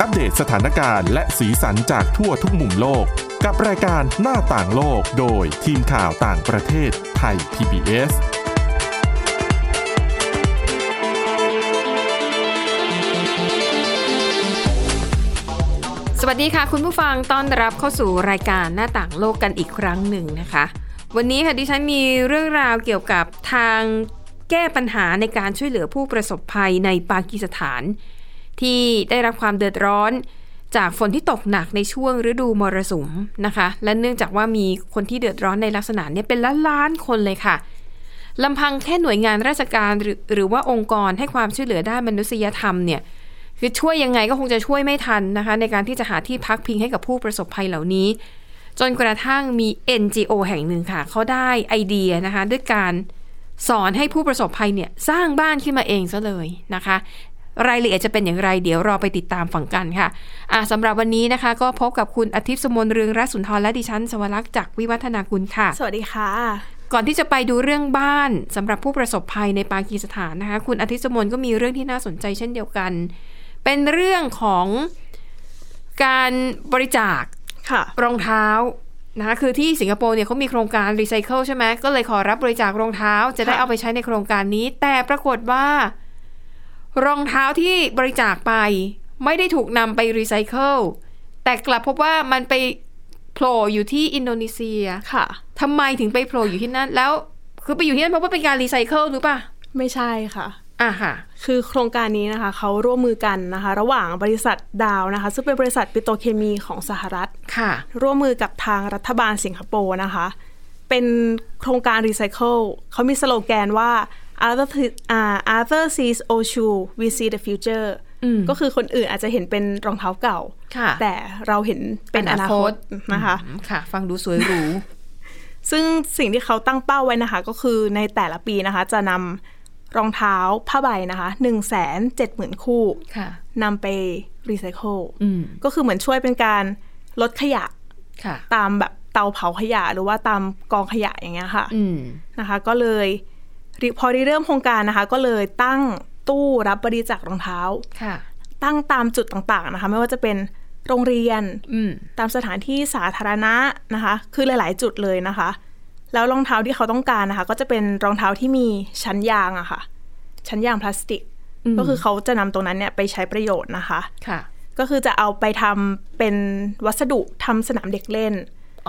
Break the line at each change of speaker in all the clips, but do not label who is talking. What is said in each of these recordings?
อัปเดตสถานการณ์และสีสันจากทั่วทุกมุมโลก กับรายการหน้าต่างโลกโดยทีมข่าวต่างประเทศไทย PBS
สวัสดีค่ะ คุณผู้ฟังต้อนรับเข้าสู่รายการหน้าต่างโลกกันอีกครั้งหนึ่งนะคะ วันนี้ค่ะดิฉันมีเรื่องราวเกี่ยวกับทางแก้ปัญหาในการช่วยเหลือผู้ประสบภัยในปากีสถาน ที่ได้รับความเดือดร้อนจากฝนที่ตกหนักในช่วงฤดูมรสุมนะคะ และเนื่องจากว่ามีคนที่เดือดร้อนในลักษณะเนี้ยเป็นล้านล้านๆคนเลยค่ะ ลำพังแค่หน่วยงานราชการหรือหรือว่าองค์กรให้ความช่วยเหลือด้านมนุษยธรรมเนี่ยคือช่วยยังไงก็คงจะช่วยไม่ทันนะคะ ในการที่จะหาที่พักพิงให้กับผู้ประสบภัยเหล่านี้ จนกระทั่งมี NGO แห่งหนึ่งค่ะเขาได้ไอเดียนะคะ ด้วยการสอนให้ผู้ประสบภัยเนี่ยสร้างบ้านขึ้นมาเองซะเลยนะคะ รายละเอียดจะเป็นอย่างไร เดี๋ยวรอไปติดตามฟังกันค่ะอ่ะสำหรับวันนี้นะคะ ก็พบกับคุณอาทิตย์สมนเรืองรัศนทรและดิฉันสวรักษ์จากวิวัฒนาคุณค่ะ
สวัสดีค่ะ
ก่อนที่จะไปดูเรื่องบ้านสำหรับผู้ประสบภัยในปากีสถานนะคะ คุณอาทิตย์สมนก็มีเรื่องที่น่าสนใจเช่นเดียวกัน เป็นเรื่องของการบริจาค
ค่ะ
รองเท้านะคะคือที่สิงคโปร์เนี่ยเขามีโครงการรีไซเคิลใช่ไหมก็เลยขอรับบริจาครองเท้า จะได้
ค่ะ
เอาไปใช้ในโครงการนี้ แต่ปรากฏว่า รองเท้าที่บริจาคไป ไม่ได้ถูกนำไปรีไซเคิลแต่กลับพบว่ามันไปโผล่อยู่ที่อินโดนีเซีย
ค่ะ
ทำไมถึงไปโผล่อยู่ที่นั่น แล้วคือไปอยู่ที่นั่นเพราะว่าเป็นการรีไซเคิลหรือเปล่า
ไม่ใช่ค่ะ
อ่ะค่ะ
คือโครงการนี้นะคะเขาร่วมมือกันนะคะ ระหว่างบริษัทดาวนะคะ ซึ่งเป็นบริษัทปิโตรเคมีของสหรัฐ
ค่ะ
ร่วมมือกับทางรัฐบาลสิงคโปร์นะคะ เป็นโครงการรีไซเคิลเขามีสโลแกนว่า other th- อ่า other sees old shoe we see the future
อืม
ก็คือคนอื่นอาจจะเห็นเป็นรองเท้าเก่า
ค่ะ
แต่เราเห็นเป็นอนาค
อ
ต
นา
นะคะ
อืมค่ะ ฟังดูสวยหรู
ซึ่งสิ่งที่เขาตั้งเป้าไว้นะคะ ก็คือในแต่ละปีนะคะ จะนำรองเท้าผ้าใบนะคะ1 7 0 0 0 0 คู่
ค่ะ
นำไปรีไซเคิล
อืม
ก็คือเหมือนช่วยเป็นการลดขยะ
ค่ะ
ตามแบบเตาเผาขยะ หรือว่าตามกองขยะอย่างเงี้ยค่ะ
อืม
นะคะ ก็เลยริพอได้เริ่มโครงการนะคะ ก็เลยตั้งตู้รับบริจาครองเท้า
ค่ะ
ตั้งตามจุดต่างๆนะคะ ไม่ว่าจะเป็นโรงเรียน
อืม
ตามสถานที่สาธารณะนะคะ คือหลาย ๆ จุดเลยนะคะ แล้วรองเท้าที่เขาต้องการนะคะ ก็จะเป็นรองเท้าที่มีชั้นยางอะค่ะ ชั้นยางพลาสติก ก็คือเขาจะนำตรงนั้นเนี่ยไปใช้ประโยชน์นะคะ
ค่ะ
ก็คือจะเอาไปทำเป็นวัสดุทำสนามเด็กเล่น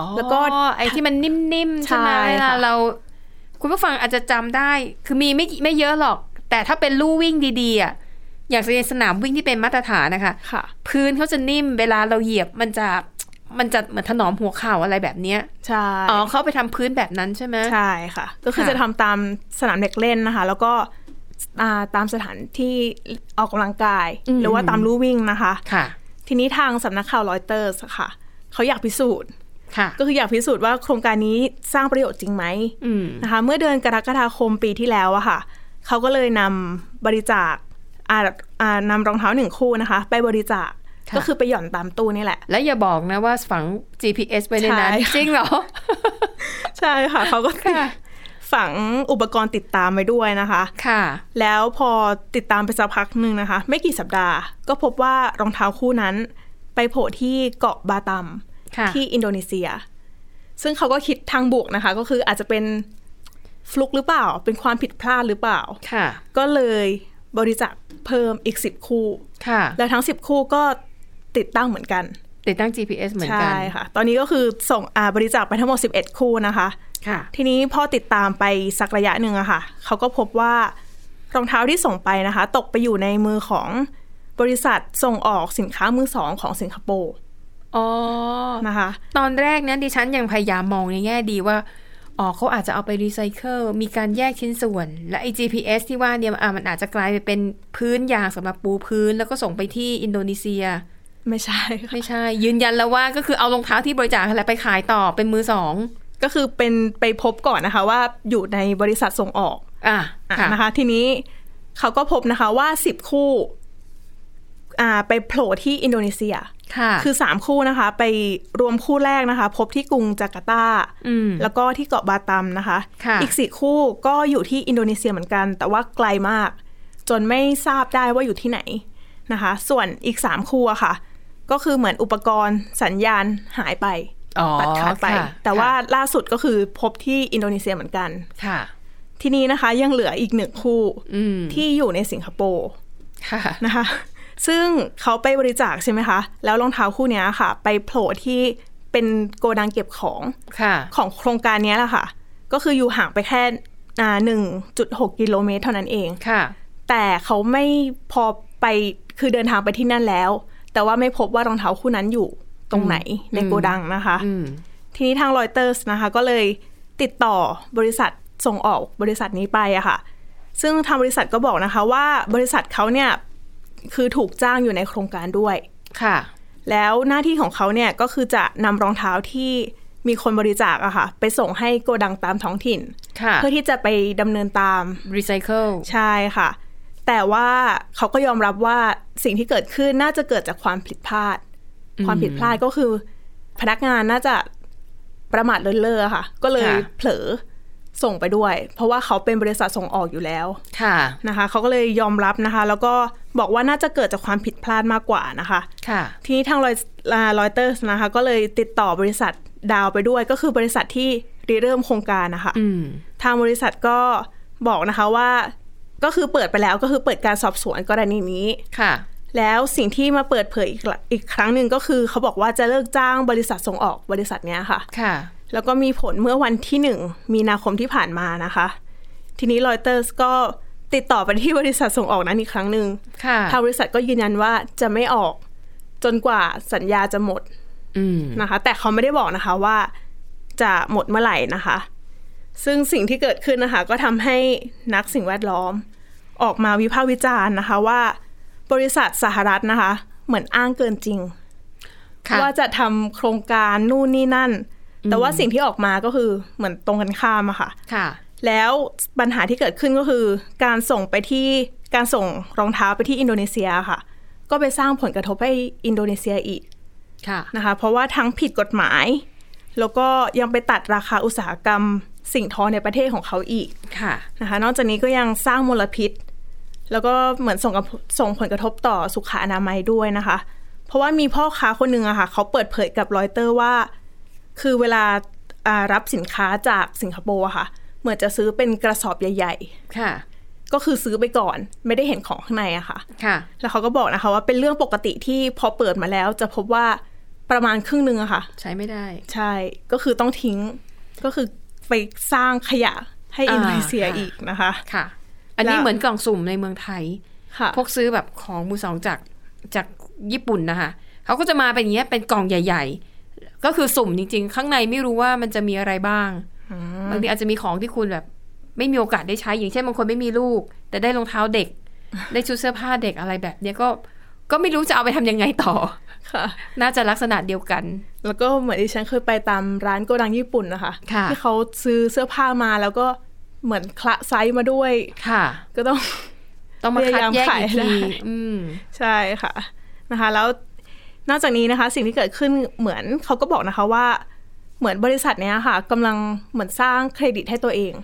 อ๋อ
แล้วก็
ไอ้ที่มันนิ่มๆใช่ไหม
ใช่
เวลา
ค่ะ
เรา คุณผู้ฟังอาจจะจำได้ คือมีไม่กี่ไม่เยอะหรอก แต่ถ้าเป็นลู่วิ่งดีๆอ่ะอย่างในสนามวิ่งที่เป็นมาตรฐานนะคะ
ค่ะ
พื้นเขาจะนิ่ม เวลาเราเหยียบมันจะมันจะเหมือนถนอมหัวเข่าอะไรแบบเนี้ย
ใช่
อ๋อเขาไปทำพื้นแบบนั้นใช่ไหม
ใช่ค่ะ ก็คือ
ค่ะ
จะทำตามสนามเด็กเล่นนะคะ แล้วก็อ่าตามสถานที่ออกกำลังกาย หรือว่าตามลู่วิ่งนะคะ
ค่ะ
ทีนี้ทางสำนักข่าวรอยเตอร์สค่ะ เขาอยากพิสูจน์
ค่ะ
ก็คืออยากพิสูจน์ว่าโครงการนี้สร้างประโยชน์จริงไหม
อืม
นะคะเมื่อเดือนกรกฎาคมปีที่แล้วอะค่ะเขาก็เลยนำบริจาคอ่าอ่านำรองเท้าหนึ่งคู่นะคะ ไปบริจาค
ค่ะ
ก็คือไปหย่อนตามตู้นี่แหละ
แล้วอย่าบอกนะว่าฝัง GPS ไว้ในนั้น
ใช่
จริงเหรอ
ใช่ ค่ะเขาก็
ค่ะ
ฝังอุปกรณ์ติดตามไว้ด้วยนะคะ
ค่ะ
แล้วพอติดตามไปสักพักหนึ่งนะคะ ไม่กี่สัปดาห์ ก็พบว่ารองเท้าคู่นั้น ไปโผล่ที่เกาะบาตัม
ค่ะ
ที่อินโดนีเซีย ซึ่งเขาก็คิดทางบวกนะคะ ก็คืออาจจะเป็นฟลุกหรือเปล่า เป็นความผิดพลาดหรือเปล่า
ค่ะ
ก็เลยบริจาคเพิ่มอีก 10 คู่
ค่ะ
แล้วทั้ง 10 คู่ก็ติดตั้งเหมือนกัน
ติดตั้ง GPS เหมือนกั
ใช่
น
ค่ะ ตอนนี้ก็คือส่งอาบริจาคไปทั้งหมด 11 คู่นะคะ
ค่ะ
ทีนี้พอติดตามไปสักระยะหนึ่งอะค่ะ เขาก็พบว่ารองเท้าที่ส่งไปนะคะ ตกไปอยู่ในมือของบริษัทส่งออกสินค้ามือสองของสิงคโปร์
อ๋อ
นะคะ
ตอนแรกเนั้นดิฉันยังพยายามมองในแง่ดีว่า อ๋อเขาอาจจะเอาไปรีไซเคิล มีการแยกชิ้นส่วน และไอ้ GPS ที่ว่าเนี่ยอ่ะมันอาจจะกลายไปเป็นพื้นยางสำหรับปูพื้น แล้วก็ส่งไปที่อินโดนีเซีย
ไม่ใช่ค่ะ
ไม่ใช่ ยืนยันแล้วว่าก็คือเอารองเท้าที่บริจาคแหละไปขายต่อเป็นมือสอง
ก็คือเป็นไปพบก่อนนะคะว่าอยู่ในบริษัทส่งออก
อ่ะ
อะ
ค่ะ
นะคะ ทีนี้เขาก็พบนะคะว่า 10 คู่อ่าไปโผล่ที่อินโดนีเซีย
ค่ะ
คือ 3 คู่นะคะ ไปรวมคู่แรกนะคะ พบที่กรุงจาการ์ตา
อืม
แล้วก็ที่เกาะบาตัมนะคะ
ค่ะ
อีก 4 คู่ก็อยู่ที่อินโดนีเซียเหมือนกัน แต่ว่าไกลมาก จนไม่ทราบได้ว่าอยู่ที่ไหน นะคะ ส่วนอีกสามคู่อะค่ะ ก็คือเหมือนอุปกรณ์สัญญาณหายไป
อ๋อ
ตัดขาดไป
ค่ะ
แต่ว่า
ค่ะ
ล่าสุดก็คือพบที่อินโดนีเซียเหมือนกัน
ค่ะ
ที่นี้นะคะยังเหลืออีกหนึ่งคู่
อืม
ที่อยู่ในสิงคโปร์
ค่ะ
นะคะ ซึ่งเขาไปบริจาคใช่ไหมคะ แล้วรองเท้าคู่เนี้ยค่ะ ไปโผล่ที่เป็นโกดังเก็บของ
ค่ะ
ของโครงการเนี้ยแหละค่ะ ก็คืออยู่ห่างไปแค่หนึ่งจุดหกกิโลเมตรเท่านั้นเอง
ค่ะ
แต่เขาไม่พอไปคือเดินทางไปที่นั่นแล้ว แต่ว่าไม่พบว่ารองเท้าคู่นั้นอยู่ตรงไหนในโกดังนะคะ
อืม
ทีนี้ทางรอยเตอร์สนะคะ ก็เลยติดต่อบริษัทส่งออกบริษัทนี้ไปอะค่ะ ซึ่งทางบริษัทก็บอกนะคะว่าบริษัทเขาเนี่ยคือถูกจ้างอยู่ในโครงการด้วย
ค่ะ
แล้วหน้าที่ของเขาเนี่ยก็คือจะนำรองเท้าที่มีคนบริจาคอะค่ะ ไปส่งให้โกดังตามท้องถิ่น
ค่ะ
เพื่อที่จะไปดำเนินตาม
รีไซเคิล
ใช่ค่ะ แต่ว่าเขาก็ยอมรับว่าสิ่งที่เกิดขึ้นน่าจะเกิดจากความผิดพลาด ความผิดพลาดก็คือ พนักงานน่าจะประมาทเลินเล่อค่ะ ก็เลย
ค่ะ
เผลอส่งไปด้วย เพราะว่าเขาเป็นบริษัทส่งออกอยู่แล้ว
ค่ะ
นะคะ เขาก็เลยยอมรับนะคะ แล้วก็บอกว่าน่าจะเกิดจากความผิดพลาดมากกว่านะคะ
ค่ะ
ทีนี้ทางรอยรอยเตอร์นะคะ ก็เลยติดต่อบริษัทดาวไปด้วย ก็คือบริษัทที่ริเริ่มโครงการนะคะ
อืม
ทางบริษัทก็บอกนะคะว่าก็คือเปิดไปแล้วก็คือเปิดการสอบสวนกรณีนี้
ค่ะ
แล้วสิ่งที่มาเปิดเผยอีกละอีกครั้งหนึ่งก็คือ เขาบอกว่าจะเลิกจ้างบริษัทส่งออกบริษัทเนี้ยค่ะ
ค่ะ
แล้วก็มีผลเมื่อวันที่หนึ่งมีนาคมที่ผ่านมานะคะ ทีนี้รอยเตอร์สก็ติดต่อไปที่บริษัทส่งออกนั้นอีกครั้งหนึ่ง
ค่ะ
ทางบริษัทก็ยืนยันว่าจะไม่ออกจนกว่าสัญญาจะหมด
อืม
นะคะแต่เขาไม่ได้บอกนะคะว่าจะหมดเมื่อไหร่นะคะ ซึ่งสิ่งที่เกิดขึ้นนะคะ ก็ทำให้นักสิ่งแวดล้อม ออกมาวิพากษ์วิจารณ์นะคะว่า บริษัทสหรัฐนะคะ เหมือนอ้างเกินจริง
ค่ะ
ว่าจะทำโครงการนู่นนี่นั่น แต่ว่าสิ่งที่ออกมาก็คือเหมือนตรงกันข้ามอะค่ะ
ค่ะ
แล้วปัญหาที่เกิดขึ้นก็คือ การส่งไปที่การส่งรองเท้าไปที่อินโดนีเซียค่ะ ก็ไปสร้างผลกระทบให้อินโดนีเซียอีก
ค่ะ
นะคะเพราะว่าทั้งผิดกฎหมาย แล้วก็ยังไปตัดราคาอุตสาหกรรม สิ่งทอในประเทศของเขาอีก
ค่ะ
นะคะนอกจากนี้ก็ยังสร้างมลพิษ แล้วก็เหมือนส่งกับส่งผลกระทบต่อสุขอนามัยด้วยนะคะ เพราะว่ามีพ่อค้าคนหนึ่งอะค่ะเขาเปิดเผยกับรอยเตอร์ว่า คือเวลาอ่ารับสินค้าจากสิงคโปร์อะค่ะ เหมือนจะซื้อเป็นกระสอบใหญ่
ค่ะ
ๆ ก็คือซื้อไปก่อน ไม่ได้เห็นของข้างในอะค่ะ
ค่ะ
แล้วเขาก็บอกนะคะว่าเป็นเรื่องปกติที่พอเปิดมาแล้ว จะพบว่าประมาณครึ่งหนึ่งอะค่ะ
ใช้ไม่ได้
ใช่ ก็คือต้องทิ้ง ก็คือไปสร้างขยะให้
อ่า
อินโดนีเซีย
ค่ะ
อีกนะคะ
ค่ะ อันนี้
แล้ว
เหมือนกล่องสุ่มในเมืองไทย
ค่ะ
พวกซื้อแบบของมือสองจากจากญี่ปุ่นนะคะเขาก็จะมาเป็นอย่างเงี้ยเป็นกล่องใหญ่ ๆ ก็คือสุ่มจริง ๆ ข้างในไม่รู้ว่ามันจะมีอะไรบ้างบางทีอาจจะมีของที่คุณแบบ ไม่มีโอกาสได้ใช้ อย่างเช่นบางคนไม่มีลูก แต่ได้รองเท้าเด็ก ได้ชุดเสื้อผ้าเด็กอะไรแบบเนี้ยก็ก็ไม่รู้จะเอาไปทำยังไงต่อ
ค่ะ
น่าจะลักษณะเดียวกัน
แล้วก็เหมือนที่ฉันเคยไปตามร้านโกดังญี่ปุ่นนะคะ
ค่ะ
ที่เขาซื้อเสื้อผ้ามาแล้วก็เหมือนคละไซส์มาด้วย
ค่ะ
ก็ต้อง
ต้องมาคัดแยกอีก
พยายามขาย
ที
ได้
อืม
ใช่ค่ะนะคะ แล้วนอกจากนี้นะคะ สิ่งที่เกิดขึ้นเหมือนเขาก็บอกนะคะว่า เหมือนบริษัทเนี้ยค่ะกำลังเหมือนสร้างเครดิตให้ตัวเอง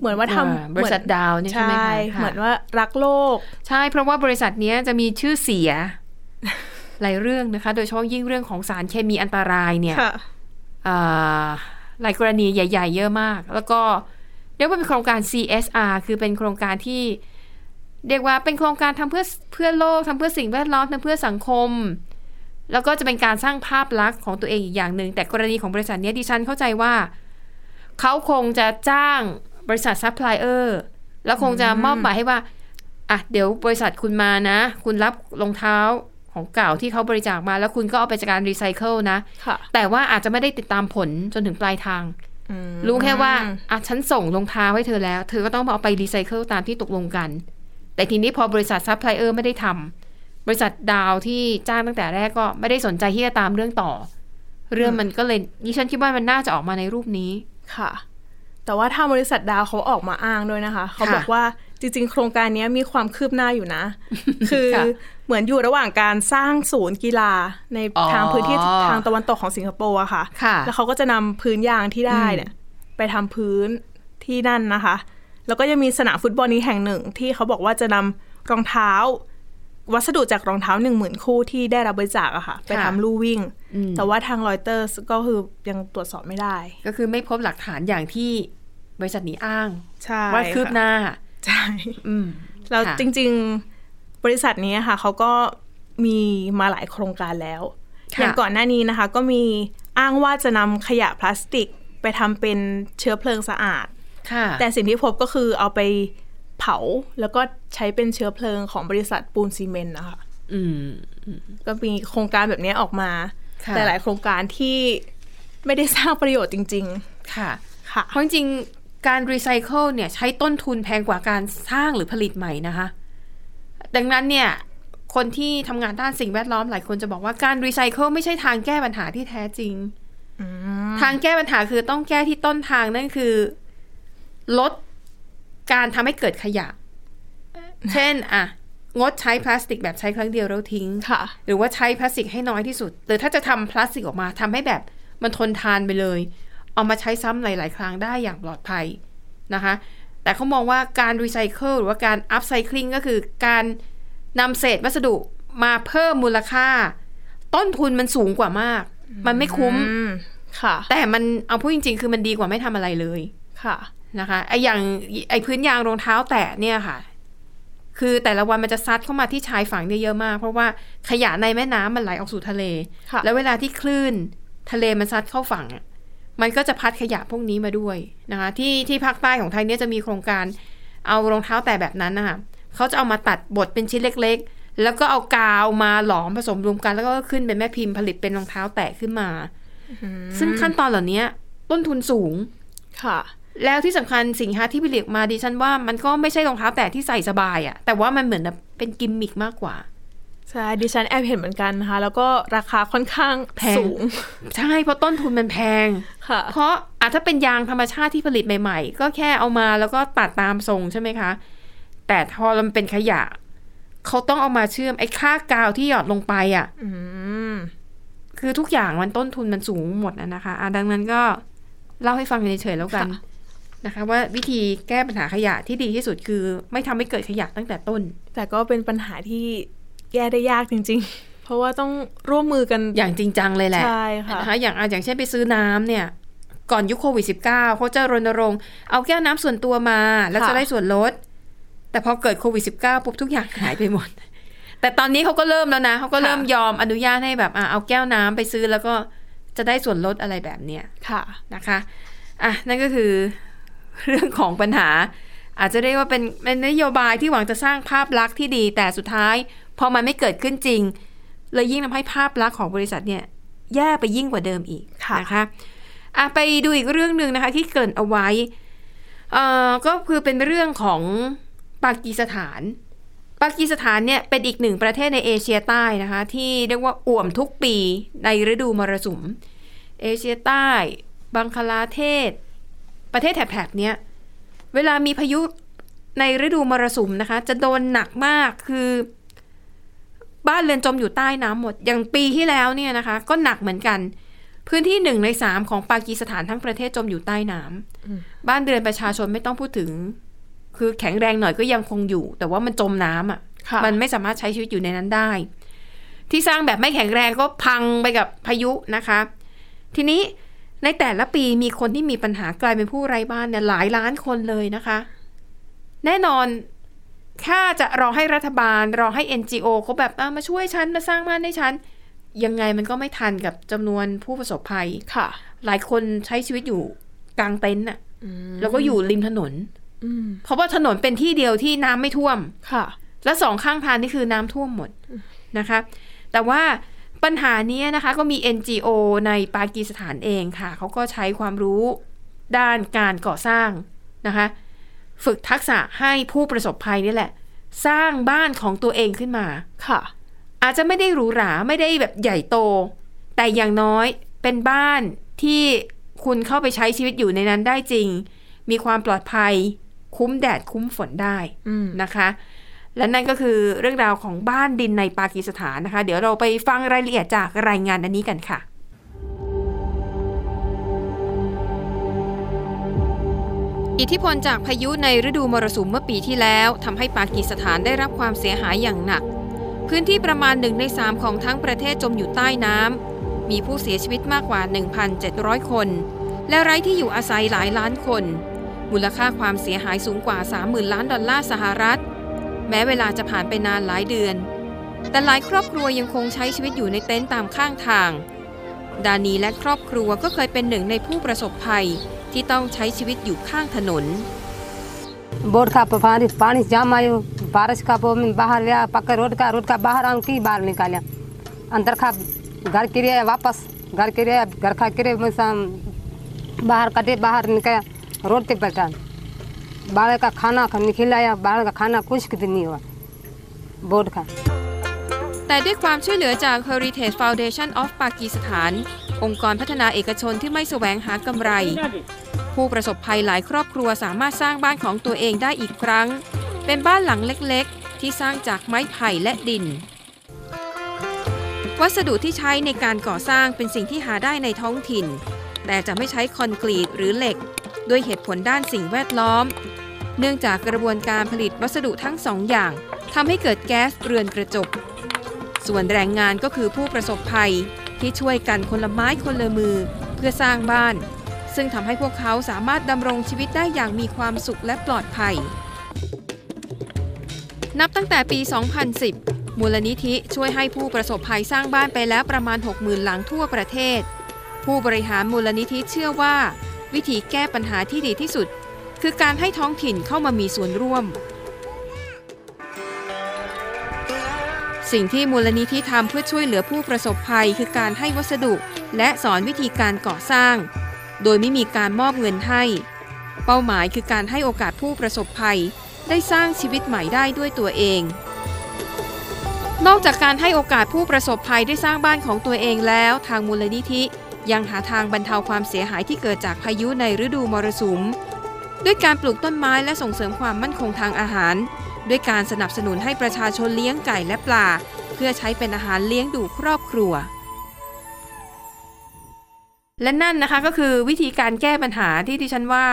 เหมือนว่าทำ
อ่าบริษัทดาวเนี่ยใช่ไหมคะค่ะ
เหมือนว่ารักโลก
ใช่ เพราะว่าบริษัทเนี้ยจะมีชื่อเสีย หลายเรื่องนะคะ โดยเฉพาะยิ่งเรื่องของสารเคมีอันตรายเนี่ย
ค่ะ
เอ่อหลายกรณีใหญ่ ๆ เยอะมาก แล้วก็เรียกว่าเป็นโครงการ CSR คือเป็นโครงการที่ เรียกว่าเป็นโครงการทำเพื่อเพื่อโลกทำเพื่อสิ่งแวดล้อมทำเพื่อสังคม แล้วก็จะเป็นการสร้างภาพลักษณ์ของตัวเองอีกอย่างหนึ่งแต่กรณีของบริษัทเนี้ยดิฉันเข้าใจว่า เขาคงจะจ้างบริษัทซัพพลายเออร์แล้วคงจะมอบหมายให้ว่าอ่ะเดี๋ยวบริษัทคุณมานะ คุณรับรองเท้าของเก่าที่เขาบริจาคมา แล้วคุณก็เอาไปจากการรีไซเคิลนะ
ค่ะ
แต่ว่าอาจจะไม่ได้ติดตามผลจนถึงปลายทาง
อืม
รู้แค่ว่าอ่ะฉันส่งรองเท้าให้เธอแล้ว เธอก็ต้องเอาไปรีไซเคิลตามที่ตกลงกัน แต่ทีนี้พอบริษัทซัพพลายเออร์ไม่ได้ทำบริษัทดาวที่จ้างตั้งแต่แรกก็ไม่ได้สนใจที่จะตามเรื่องต่อ เรื่องมันก็เลยดิฉันคิดว่ามันน่าจะออกมาในรูปนี้
ค่ะ แต่ว่าทางบริษัทดาวเขาออกมาอ้างด้วยนะคะ เขาบอกว่าจริง ๆ โครงการเนี้ยมีความคืบหน้าอยู่ นะ คือ
ค่ะ
เหมือนอยู่ระหว่างการสร้างศูนย์กีฬาใน
อ๋อ
ทางพื้นที่ทางตะวันตกของสิงคโปร์อะค่ะ
ค่ะ
แล้วเขาก็จะนำพื้นยางที่ได้เนี่ยไปทำพื้นที่นั่นนะคะ แล้วก็ยังมีสนามฟุตบอลนี้แห่งหนึ่งที่เขาบอกว่าจะนำรองเท้า วัสดุจากรองเท้าหนึ่งหมื่นคู่ที่ได้รับบริจาคอะค่ะ ไปทำลู่วิ่ง
อืม
แต่ว่าทางรอยเตอร์ก็คือยังตรวจสอบไม่ได้
ก็คือไม่พบหลักฐานอย่างที่บริษัทนี้อ้าง
ใช่
ว่าคืบหน้า
ใช่
อืม
แล้ว
ค่ะ
จริงๆบริษัทนี้ค่ะเขาก็มีมาหลายโครงการแล้ว อย่างก่อนหน้านี้นะคะ ก็มีอ้างว่าจะนำขยะพลาสติก ไปทำเป็นเชื้อเพลิงสะอาด
ค่ะ
แต่สิ่งที่พบก็คือเอาไปเผาแล้วก็ใช้เป็นเชื้อเพลิงของบริษัทปูนซีเมนต์นะคะ
อืม
ก็มีโครงการแบบนี้ออกมา
ค่ะ
แต่หลายโครงการที่ไม่ได้สร้างประโยชน์จริง
ค่ะ
ๆ ค่ะ
เพราะจริงๆการรีไซเคิลเนี่ยใช้ต้นทุนแพงกว่าการสร้างหรือผลิตใหม่นะคะ ดังนั้นเนี่ยคนที่ทำงานด้านสิ่งแวดล้อมหลายคนจะบอกว่าการรีไซเคิลไม่ใช่ทางแก้ปัญหาที่แท้จริง ทางแก้ปัญหาคือต้องแก้ที่ต้นทางนั่นคือ ลดการทำให้เกิดขยะ เช่นอ่ะงดใช้พลาสติกแบบใช้ครั้งเดียวแล้วทิ้ง
ค่ะ
หรือว่าใช้พลาสติกให้น้อยที่สุด หรือถ้าจะทำพลาสติกออกมาทำให้แบบมันทนทานไปเลย เอามาใช้ซ้ำหลาย ๆ ครั้งได้อย่างปลอดภัยนะคะ แต่เขามองว่าการรีไซเคิลหรือว่าการอัพไซคลิงก็คือการนำเศษวัสดุมาเพิ่มมูลค่า ต้นทุนมันสูงกว่ามาก มันไม่คุ้ม
อืม ค่ะ
แต่มันเอาพูดจริง ๆ คือมันดีกว่าไม่ทำอะไรเลย
ค่ะ
นะคะไออย่างไอพื้นยางรองเท้าแตะเนี่ยค่ะ คือแต่ละวันมันจะซัดเข้ามาที่ชายฝั่งเนี่ยเยอะมาก เพราะว่าขยะในแม่น้ำมันไหลออกสู่ทะเล
ค่ะ
แล้วเวลาที่คลื่นทะเลมันซัดเข้าฝั่งอะมันก็จะพัดขยะพวกนี้มาด้วยนะคะที่ที่ภาคใต้ของไทยเนี่ยจะมีโครงการเอารองเท้าแตะแบบนั้นนะคะเขาจะเอามาตัดบดเป็นชิ้นเล็ก ๆ แล้วก็เอากาวมาหลอมผสมรวมกัน แล้วก็ขึ้นเป็นแม่พิมพ์ผลิตเป็นรองเท้าแตะขึ้นมา ซึ่งขั้นตอนเหล่านี้ต้นทุนสูง
ค่ะ แล้ว
แล้วที่สำคัญสินค้าที่ผลิตมาดิฉันว่ามันก็ไม่ใช่รองเท้าแตะที่ใส่สบายอะแต่ว่ามันเหมือนแบบเป็นกิมมิกมากกว่า
ใช่ดิฉันแอบเห็นเหมือนกันนะคะ แล้วก็ราคาค่อนข้าง
แพง
สูง
ใช่เพราะต้นทุนมันแพง
ค่ะ
เพราะอาจถ้าเป็นยางธรรมชาติที่ผลิตใหม่ๆ ก็แค่เอามาแล้วก็ตัดตามทรงใช่ไหมคะ แต่พอมันเป็นขยะ เขาต้องเอามาเชื่อมไอ้ค่ากาวที่หยอดลงไปอะ
อืม
คือทุกอย่างมันต้นทุนมันสูงหมดนะนะคะอ่ะดังนั้นก็เล่าให้ฟังเฉยๆแล้วกัน
ค่ะ
นะคะ ว่าวิธีแก้ปัญหาขยะที่ดีที่สุดคือ ไม่ทำให้เกิดขยะตั้งแต่ต้น
แต่ก็เป็นปัญหาที่แก้ได้ยากจริง ๆ เพราะว่าต้องร่วมมือกัน
อย่างจริงจังเลยแหละ
ใช่ค่ะ
นะคะอย่างอ่ะอย่างเช่นไปซื้อน้ำเนี่ย ก่อนยุคโควิด -19 เขาจะรณรงค์เอาแก้วน้ำส่วนตัวมา แล้ว
ค่ะ
จะได้ส่วนลด แต่พอเกิดโควิด -19 ปุ๊บทุกอย่างหายไปหมด แต่ตอนนี้เขาก็เริ่มแล้วนะเขาก็เริ่มยอมอนุญาตให้แบบอ่ะเอาแก้วน้ำไปซื้อแล้วก็จะได้ส่วนลดอะไรแบบเนี้ย
ค่ะ
นะคะอ่ะนั่นก็คือเรื่องของปัญหา อาจจะเรียกว่าเป็นเป็นนโยบายที่หวังจะสร้างภาพลักษณ์ที่ดี แต่สุดท้ายพอมันไม่เกิดขึ้นจริง เลยยิ่งทำให้ภาพลักษณ์ของบริษัทเนี่ยแย่ไปยิ่งกว่าเดิมอีก
ค่ะ
นะคะอ่ะไปดูอีกเรื่องหนึ่งนะคะที่เกรินเอาไว้เอ่อก็คือเป็นเรื่องของปากีสถาน ปากีสถานเนี่ยเป็นอีกหนึ่งประเทศในเอเชียใต้นะคะ ที่เรียกว่าอ่วมทุกปีในฤดูมรสุม เอเชียใต้ บังคลาเทศ ประเทศแถบๆเนี้ย เวลามีพายุในฤดูมรสุมนะคะ จะโดนหนักมากคือ บ้านเรือนจมอยู่ใต้น้ำหมด อย่างปีที่แล้วเนี่ยนะคะ ก็หนักเหมือนกัน พื้นที่หนึ่งในสามของปากีสถานทั้งประเทศจมอยู่ใต้น้ำบ้านเรือนประชาชนไม่ต้องพูดถึง คือแข็งแรงหน่อยก็ยังคงอยู่ แต่ว่ามันจมน้ำอ่ะ
ค่ะ
มันไม่สามารถใช้ชีวิตอยู่ในนั้นได้ ที่สร้างแบบไม่แข็งแรงก็พังไปกับพายุนะคะ ทีนี้ในแต่ละปีมีคนที่มีปัญหากลายเป็นผู้ไร้บ้านเนี่ยหลายล้านคนเลยนะคะ แน่นอนถ้าจะรอให้รัฐบาล รอให้ NGO เขาแบบเอามาช่วยฉัน มาสร้างบ้านให้ฉัน ยังไงมันก็ไม่ทันกับจำนวนผู้ประสบภัย
ค่ะ
หลายคนใช้ชีวิตอยู่กลางเต็นท์น่ะแล้วก็อยู่ริมถนน
อืม
เพราะว่าถนนเป็นที่เดียวที่น้ำไม่ท่วม
ค่ะ
และสองข้างทางนี่คือน้ำท่วมหมดนะคะ แต่ว่าปัญหาเนี้ยนะคะก็มี NGO ในปากีสถานเองค่ะ เขาก็ใช้ความรู้ด้านการก่อสร้างนะคะ ฝึกทักษะให้ผู้ประสบภัยนี่แหละ สร้างบ้านของตัวเองขึ้นมา
ค่ะ
อาจจะไม่ได้หรูหราไม่ได้แบบใหญ่โต แต่อย่างน้อยเป็นบ้านที่คุณเข้าไปใช้ชีวิตอยู่ในนั้นได้จริง มีความปลอดภัย คุ้มแดดคุ้มฝนได้
อืม
นะคะ และนั่นก็คือเรื่องราวของบ้านดินในปากีสถานนะคะ เดี๋ยวเราไปฟังรายละเอียดจากรายงานอันนี้กันค่ะ อิทธิพลจากพายุในฤดูมรสุมเมื่อปีที่แล้วทำให้ปากีสถานได้รับความเสียหายอย่างหนัก พื้นที่ประมาณ 1 ใน 3 ของทั้งประเทศจมอยู่ใต้น้ำ มีผู้เสียชีวิตมากกว่า 1,700 คน และไร้ที่อยู่อาศัยหลายล้านคน มูลค่าความเสียหายสูงกว่า 30,000 ล้านดอลลาร์สหรัฐ แม้เวลาจะผ่านไปนานหลายเดือน แต่หลายครอบครัวยังคงใช้ชีวิตอยู่ในเต็นท์ตามข้างทาง ดานีและครอบครัวก็เคยเป็นหนึ่งในผู้ประสบภัยที่ต้องใช้ชีวิตอยู่ข้างถนน
बोर था पानी पानी जाम आयो बारिश का पो में बाहर लिया पक्के रोड का रोड का बाहर आऊँ की बाहर निकालिया अंदर खा घर गिरे वापस घर गिरे घर खा गिरे में सम- बाहर कटे बाहर निकल रोड तक बैठा बाहर का खाना खा- निखिलाया बाहर का खाना कुछ भी नहीं हुआ बोर्ड का
แต่ด้วยความช่วยเหลือจาก Heritage Foundation of Pakistan องค์กรพัฒนาเอกชนที่ไม่แสวงหากำไร ผู้ประสบภัยหลายครอบครัวสามารถสร้างบ้านของตัวเองได้อีกครั้ง เป็นบ้านหลังเล็กๆ ที่สร้างจากไม้ไผ่และดิน วัสดุที่ใช้ในการก่อสร้างเป็นสิ่งที่หาได้ในท้องถิ่น แต่จะไม่ใช้คอนกรีตหรือเหล็ก ด้วยเหตุผลด้านสิ่งแวดล้อม เนื่องจากกระบวนการผลิตวัสดุทั้งสองอย่างทำให้เกิดแก๊สเรือนกระจก ส่วนแรงงานก็คือผู้ประสบภัยที่ช่วยกันคนละไม้คนละมือเพื่อสร้างบ้าน ซึ่งทำให้พวกเขาสามารถดำรงชีวิตได้อย่างมีความสุขและปลอดภัย นับตั้งแต่ปี 2010 มูลนิธิช่วยให้ผู้ประสบภัยสร้างบ้านไปแล้วประมาณ 60,000 หลังทั่วประเทศ ผู้บริหารมูลนิธิเชื่อว่า วิธีแก้ปัญหาที่ดีที่สุด คือการให้ท้องถิ่นเข้ามามีส่วนร่วม สิ่งที่มูลนิธิทำเพื่อช่วยเหลือผู้ประสบภัย คือการให้วัสดุ และสอนวิธีการก่อสร้าง โดยไม่มีการมอบเงินให้ เป้าหมายคือการให้โอกาสผู้ประสบภัย ได้สร้างชีวิตใหม่ได้ด้วยตัวเอง นอกจากการให้โอกาสผู้ประสบภัยได้สร้างบ้านของตัวเองแล้ว ทางมูลนิธิยังหาทางบรรเทาความเสียหายที่เกิดจากพายุในฤดูมรสุม ด้วยการปลูกต้นไม้และส่งเสริมความมั่นคงทางอาหาร ด้วยการสนับสนุนให้ประชาชนเลี้ยงไก่และปลา เพื่อใช้เป็นอาหารเลี้ยงดูครอบครัว และนั่นนะคะก็คือวิธีการแก้ปัญหาที่ดิฉันว่า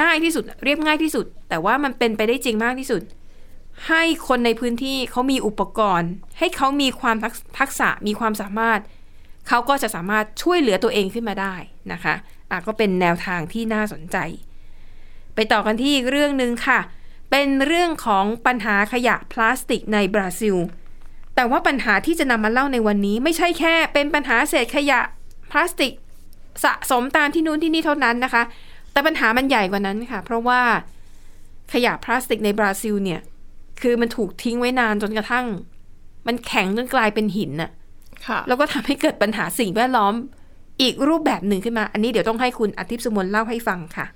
ง่ายที่สุดเรียบง่ายที่สุด แต่ว่ามันเป็นไปได้จริงมากที่สุด ให้คนในพื้นที่เขามีอุปกรณ์ ให้เขามีความทักทักษะมีความสามารถ เขาก็จะสามารถช่วยเหลือตัวเองขึ้นมาได้นะคะอ่ะก็เป็นแนวทางที่น่าสนใจ ไปต่อกันที่อีกเรื่องหนึ่งค่ะ เป็นเรื่องของปัญหาขยะพลาสติกในบราซิล แต่ว่าปัญหาที่จะนำมาเล่าในวันนี้ไม่ใช่แค่ เป็นปัญหาเศษขยะพลาสติก สะสมตามที่นู้นที่นี่เท่านั้นนะคะ แต่ปัญหามันใหญ่กว่านั้นค่ะ เพราะว่าขยะพลาสติกในบราซิลเนี่ย คือมันถูกทิ้งไว้นานจนกระทั่ง มันแข็งจนกลายเป็นหินน่ะ
ค่ะ
แล้วก็ทำให้เกิดปัญหาสิ่งแวดล้อม อีกรูปแบบหนึ่งขึ้นมา อันนี้เดี๋ยวต้องให้คุณอาทิตย์สมนเล่าให้ฟังค่ะ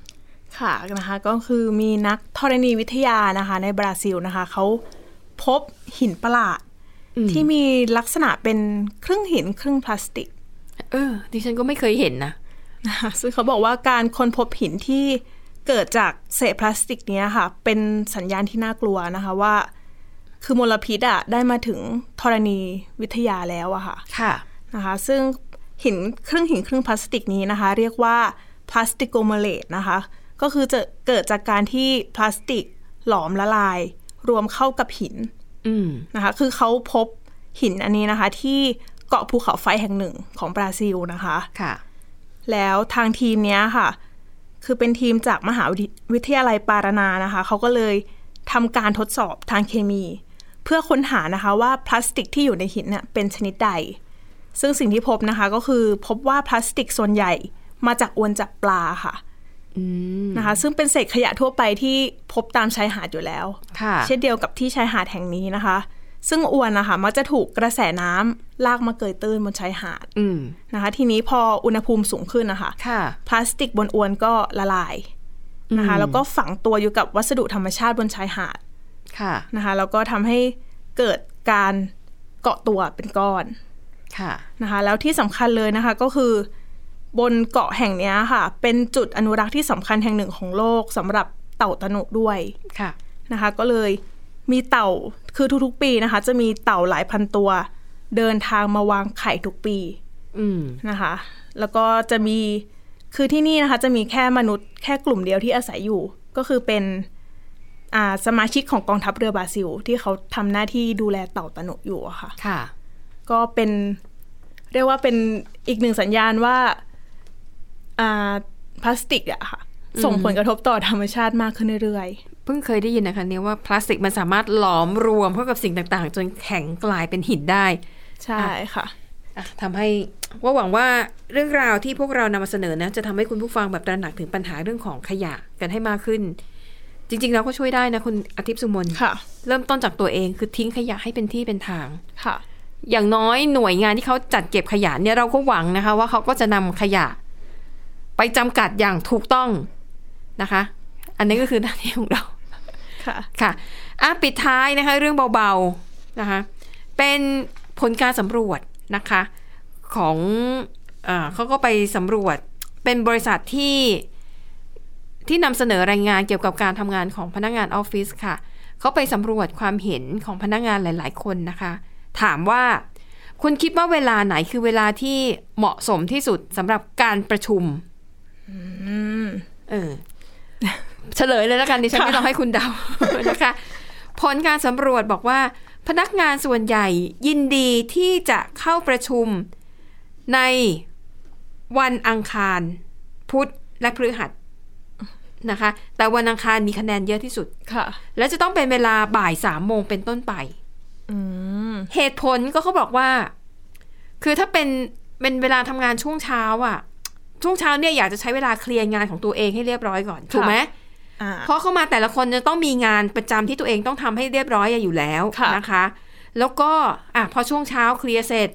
ค่ะนะคะก็คือมีนักธรณีวิทยานะคะในบราซิลนะคะเขาพบหินประหลาด ที่มีลักษณะเป็นครึ่งหินครึ่งพลาสติก
เออ ดิฉันก็ไม่เคยเห็นนะ
นะคะซึ่งเขาบอกว่าการค้นพบหินที่เกิดจากเศษพลาสติกเนี้ยค่ะ เป็นสัญญาณที่น่ากลัวนะคะว่า คือมลพิษอะได้มาถึงธรณีวิทยาแล้วอะค่ะ
ค่ะ
นะคะซึ่งหินครึ่งหินครึ่งพลาสติกนี้นะคะ เรียกว่าพลาสติกโกเมเลตนะคะ ก็คือจะเกิดจากการที่พลาสติกหลอมละลาย รวมเข้ากับหิน
อืม
นะคะ คือเขาพบหินอันนี้นะคะ ที่เกาะภูเขาไฟแห่งหนึ่งของบราซิลนะคะ
ค่ะ
แล้วทางทีมเนี้ยค่ะ คือเป็นทีมจากมหาวิทยาลัยปารานานะคะ เขาก็เลยทำการทดสอบทางเคมี เพื่อค้นหานะคะว่าพลาสติกที่อยู่ในหินเนี่ยเป็นชนิดใด ซึ่งสิ่งที่พบนะคะก็คือพบว่าพลาสติกส่วนใหญ่มาจากอวนจับปลาค่ะ
อืม
นะคะ ซึ่งเป็นเศษขยะทั่วไปที่พบตามชายหาดอยู่แล้ว
ค่ะ
เช่นเดียวกับที่ชายหาดแห่งนี้นะคะ ซึ่งอวนนะคะมักจะถูกกระแสน้ำลากมาเกยตื้นบนชายหาด
อืม
นะคะ ทีนี้พออุณหภูมิสูงขึ้นนะคะ
ค่ะ
พลาสติกบนอวนก็ละลายนะคะ
อืม
แล้วก็ฝังตัวอยู่กับวัสดุธรรมชาติบนชายหาด
ค่ะ
นะคะแล้วก็ทำให้เกิดการเกาะตัวเป็นก้อน
ค่ะ
นะคะแล้วที่สำคัญเลยนะคะก็คือบนเกาะแห่งเนี้ยค่ะ เป็นจุดอนุรักษ์ที่สำคัญแห่งหนึ่งของโลกสำหรับเต่าตะหนุด้วย
ค่ะ
นะคะก็เลยมีเต่าคือทุกๆปีนะคะ จะมีเต่าหลายพันตัว เดินทางมาวางไข่ทุกปี
อืม
นะคะ แล้วก็จะมี คือที่นี่นะคะ จะมีแค่มนุษย์แค่กลุ่มเดียวที่อาศัยอยู่ ก็คือเป็น อ่าสมาชิกของกองทัพเรือบราซิล ที่เขาทำหน้าที่ดูแลเต่าตะหนุอยู่อะค่ะ
ค่ะ
ก็เป็นเรียกว่าเป็นอีกหนึ่งสัญญาณว่าอ่าพลาสติกอะค่ะ ส่งผลกระทบต่อธรรมชาติมากขึ้นเรื่อย
เพิ่งเคยได้ยินนะคะเนี่ยว่าพลาสติกมันสามารถหลอมรวมเข้ากับสิ่งต่างๆ จนแข็งกลายเป็นหินได้
ๆ ใช่ค่ะ
อ่ะทำให้ว่าหวังว่าเรื่องราวที่พวกเรานำมาเสนอนะจะทำให้คุณผู้ฟังแบบตระหนักถึงปัญหาเรื่องของขยะกันให้มากขึ้น จริงๆแล้วก็ช่วยได้นะคุณอาทิตย์สุมน
ค่ะ
เริ่มต้นจากตัวเองคือทิ้งขยะให้เป็นที่เป็นทาง
ค่ะ
อย่างน้อยหน่วยงานที่เขาจัดเก็บขยะเนี่ยเราก็หวังนะคะ ว่าเขาก็จะนำขยะ ไปจำกัดอย่างถูกต้องนะคะ อันนี้ก็คือหน้าที่ของเรา
ค่ะ
ค่ะอ่ะปิดท้ายนะคะเรื่องเบาๆนะคะ เป็นผลการสำรวจนะคะ ของเออเขาก็ไปสำรวจเป็นบริษัทที่ที่นำเสนอรายงานเกี่ยวกับการทำงานของพนักงานออฟฟิศค่ะ เขาไปสำรวจความเห็นของพนักงานหลายๆ คนนะคะ ถามว่าคุณคิดว่าเวลาไหนคือเวลาที่เหมาะสมที่สุดสำหรับการประชุมเออ เฉลยเลยแล้วกันดิฉันไม่ต้องให้คุณเดา นะคะ ผลการสำรวจบอกว่า พนักงานส่วนใหญ่ยินดีที่จะเข้าประชุมในวันอังคาร พุธและพฤหัสนะคะ แต่วันอังคารมีคะแนนเยอะที่สุด
ค่ะ
และจะต้องเป็นเวลาบ่ายสามโมงเป็นต้นไป
อืม
เหตุผลก็เขาบอกว่า คือถ้าเป็นเป็นเวลาทำงานช่วงเช้าอะช่วงเช้าเนี่ยอยากจะใช้เวลาเคลียร์งานของตัวเองให้เรียบร้อยก่อนถูกไหม
อ่า
เพราะเข้ามาแต่ละคนจะต้องมีงานประจำที่ตัวเองต้องทำให้เรียบร้อยอยู่แล้ว
ค่ะ
นะคะ แล้วก็อ่ะพอช่วงเช้าเคลียร์เสร็จ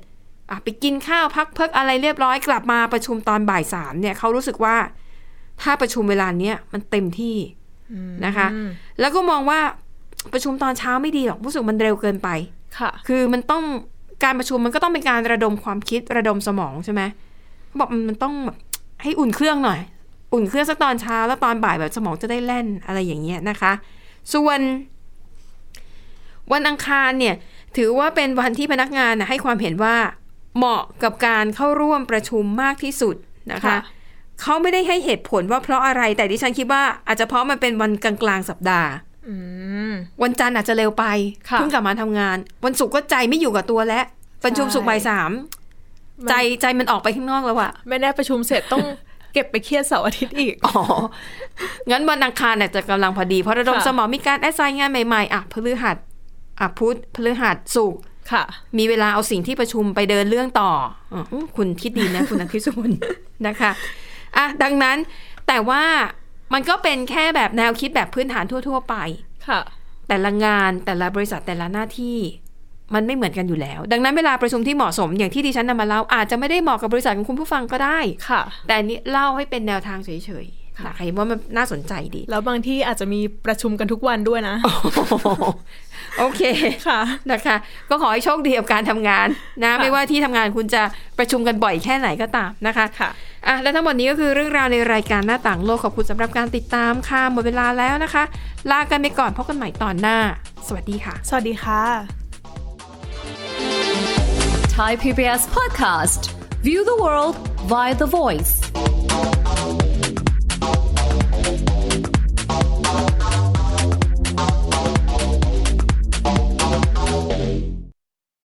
อ่ะไปกินข้าวพักเพิกอะไรเรียบร้อยกลับมาประชุมตอนบ่ายสามเนี่ยเขารู้สึกว่า ถ้าประชุมเวลาเนี้ยมันเต็มที่นะคะ แล้วก็มองว่าประชุมตอนเช้าไม่ดีหรอกรู้สึกมันเร็วเกินไป
ค่ะ
คือมันต้องการประชุมมันก็ต้องเป็นการระดมความคิดระดมสมองใช่ไหมเขาบอกมันต้องแบบให้อุ่นเครื่องหน่อย อุ่นเครื่องสักตอนเช้าแล้วตอนบ่ายแบบสมองจะได้แล่นอะไรอย่างเงี้ยนะคะ ส่วน วันอังคารเนี่ย ถือว่าเป็นวันที่พนักงานนะให้ความเห็นว่าเหมาะกับการเข้าร่วมประชุมมากที่สุดนะคะ
ค่ะ
เขาไม่ได้ให้เหตุผลว่าเพราะอะไรแต่ดิฉันคิดว่าอาจจะเพราะมันเป็นวันกลางๆสัปดาห์
อืม
วันจันทร์อาจจะเร็วไป
ค่ะ
เพิ่งกลับมาทำงาน วันศุกร์ก็ใจไม่อยู่กับตัวแล้วประชุม
ใช่
ศุกร์บ่ายสามใจใจมันออกไปข้างนอกแล้วอะ
ไม่ได้ประชุมเสร็จต้อง เก็บไปเครียดเสาร์อาทิตย์อีก
อ๋อ งั้นวันอังคารเนี่ยจะกำลังพอดี เพราะระดม
ค่ะ
สมองมีการแอดไซน์งานใหม่ๆ อ่ะพฤหัสอ่ะพุธพฤหัสศุกร์
ค่ะ
มีเวลาเอาสิ่งที่ประชุมไปเดินเรื่องต่ออะอื้อคุณคิดดีนะ คุณอา คิสุนนะคะอ่ะดังนั้นแต่ว่ามันก็เป็นแค่แบบแนวคิดแบบพื้นฐานทั่ว ๆ ไป
ค่ะ
แต่ละงานแต่ละบริษัทแต่ละหน้าที่มันไม่เหมือนกันอยู่แล้ว ดังนั้นเวลาประชุมที่เหมาะสมอย่างที่ดิฉันนำมาเล่าอาจจะไม่ได้เหมาะกับบริษัทของคุณผู้ฟังก็ได้
ค่ะ
แต่อันนี้เล่าให้เป็นแนวทางเฉยๆนะคะเห็นว่ามันน่าสนใจดี
แล้วบางที่อาจจะมีประชุมกันทุกวันด้วยนะ
โอเค
ค่ะ
นะคะก็ขอให้โชคดีกับการทำงานนะไม่ว่าที่ทำงานคุณจะประชุมกันบ่อยแค่ไหนก็ตามนะคะ
ค่ะ
อ่ะและทั้งหมดนี้ก็คือเรื่องราวในรายการหน้าต่างโลกขอบคุณสำหรับการติดตามค่ะหมดเวลาแล้วนะคะ ลากันไปก่อนพบกันใหม่ตอนหน้า สวัสดีค่ะ
สวัสดีค่ะ
Thai PBS podcast. View the world via the voice.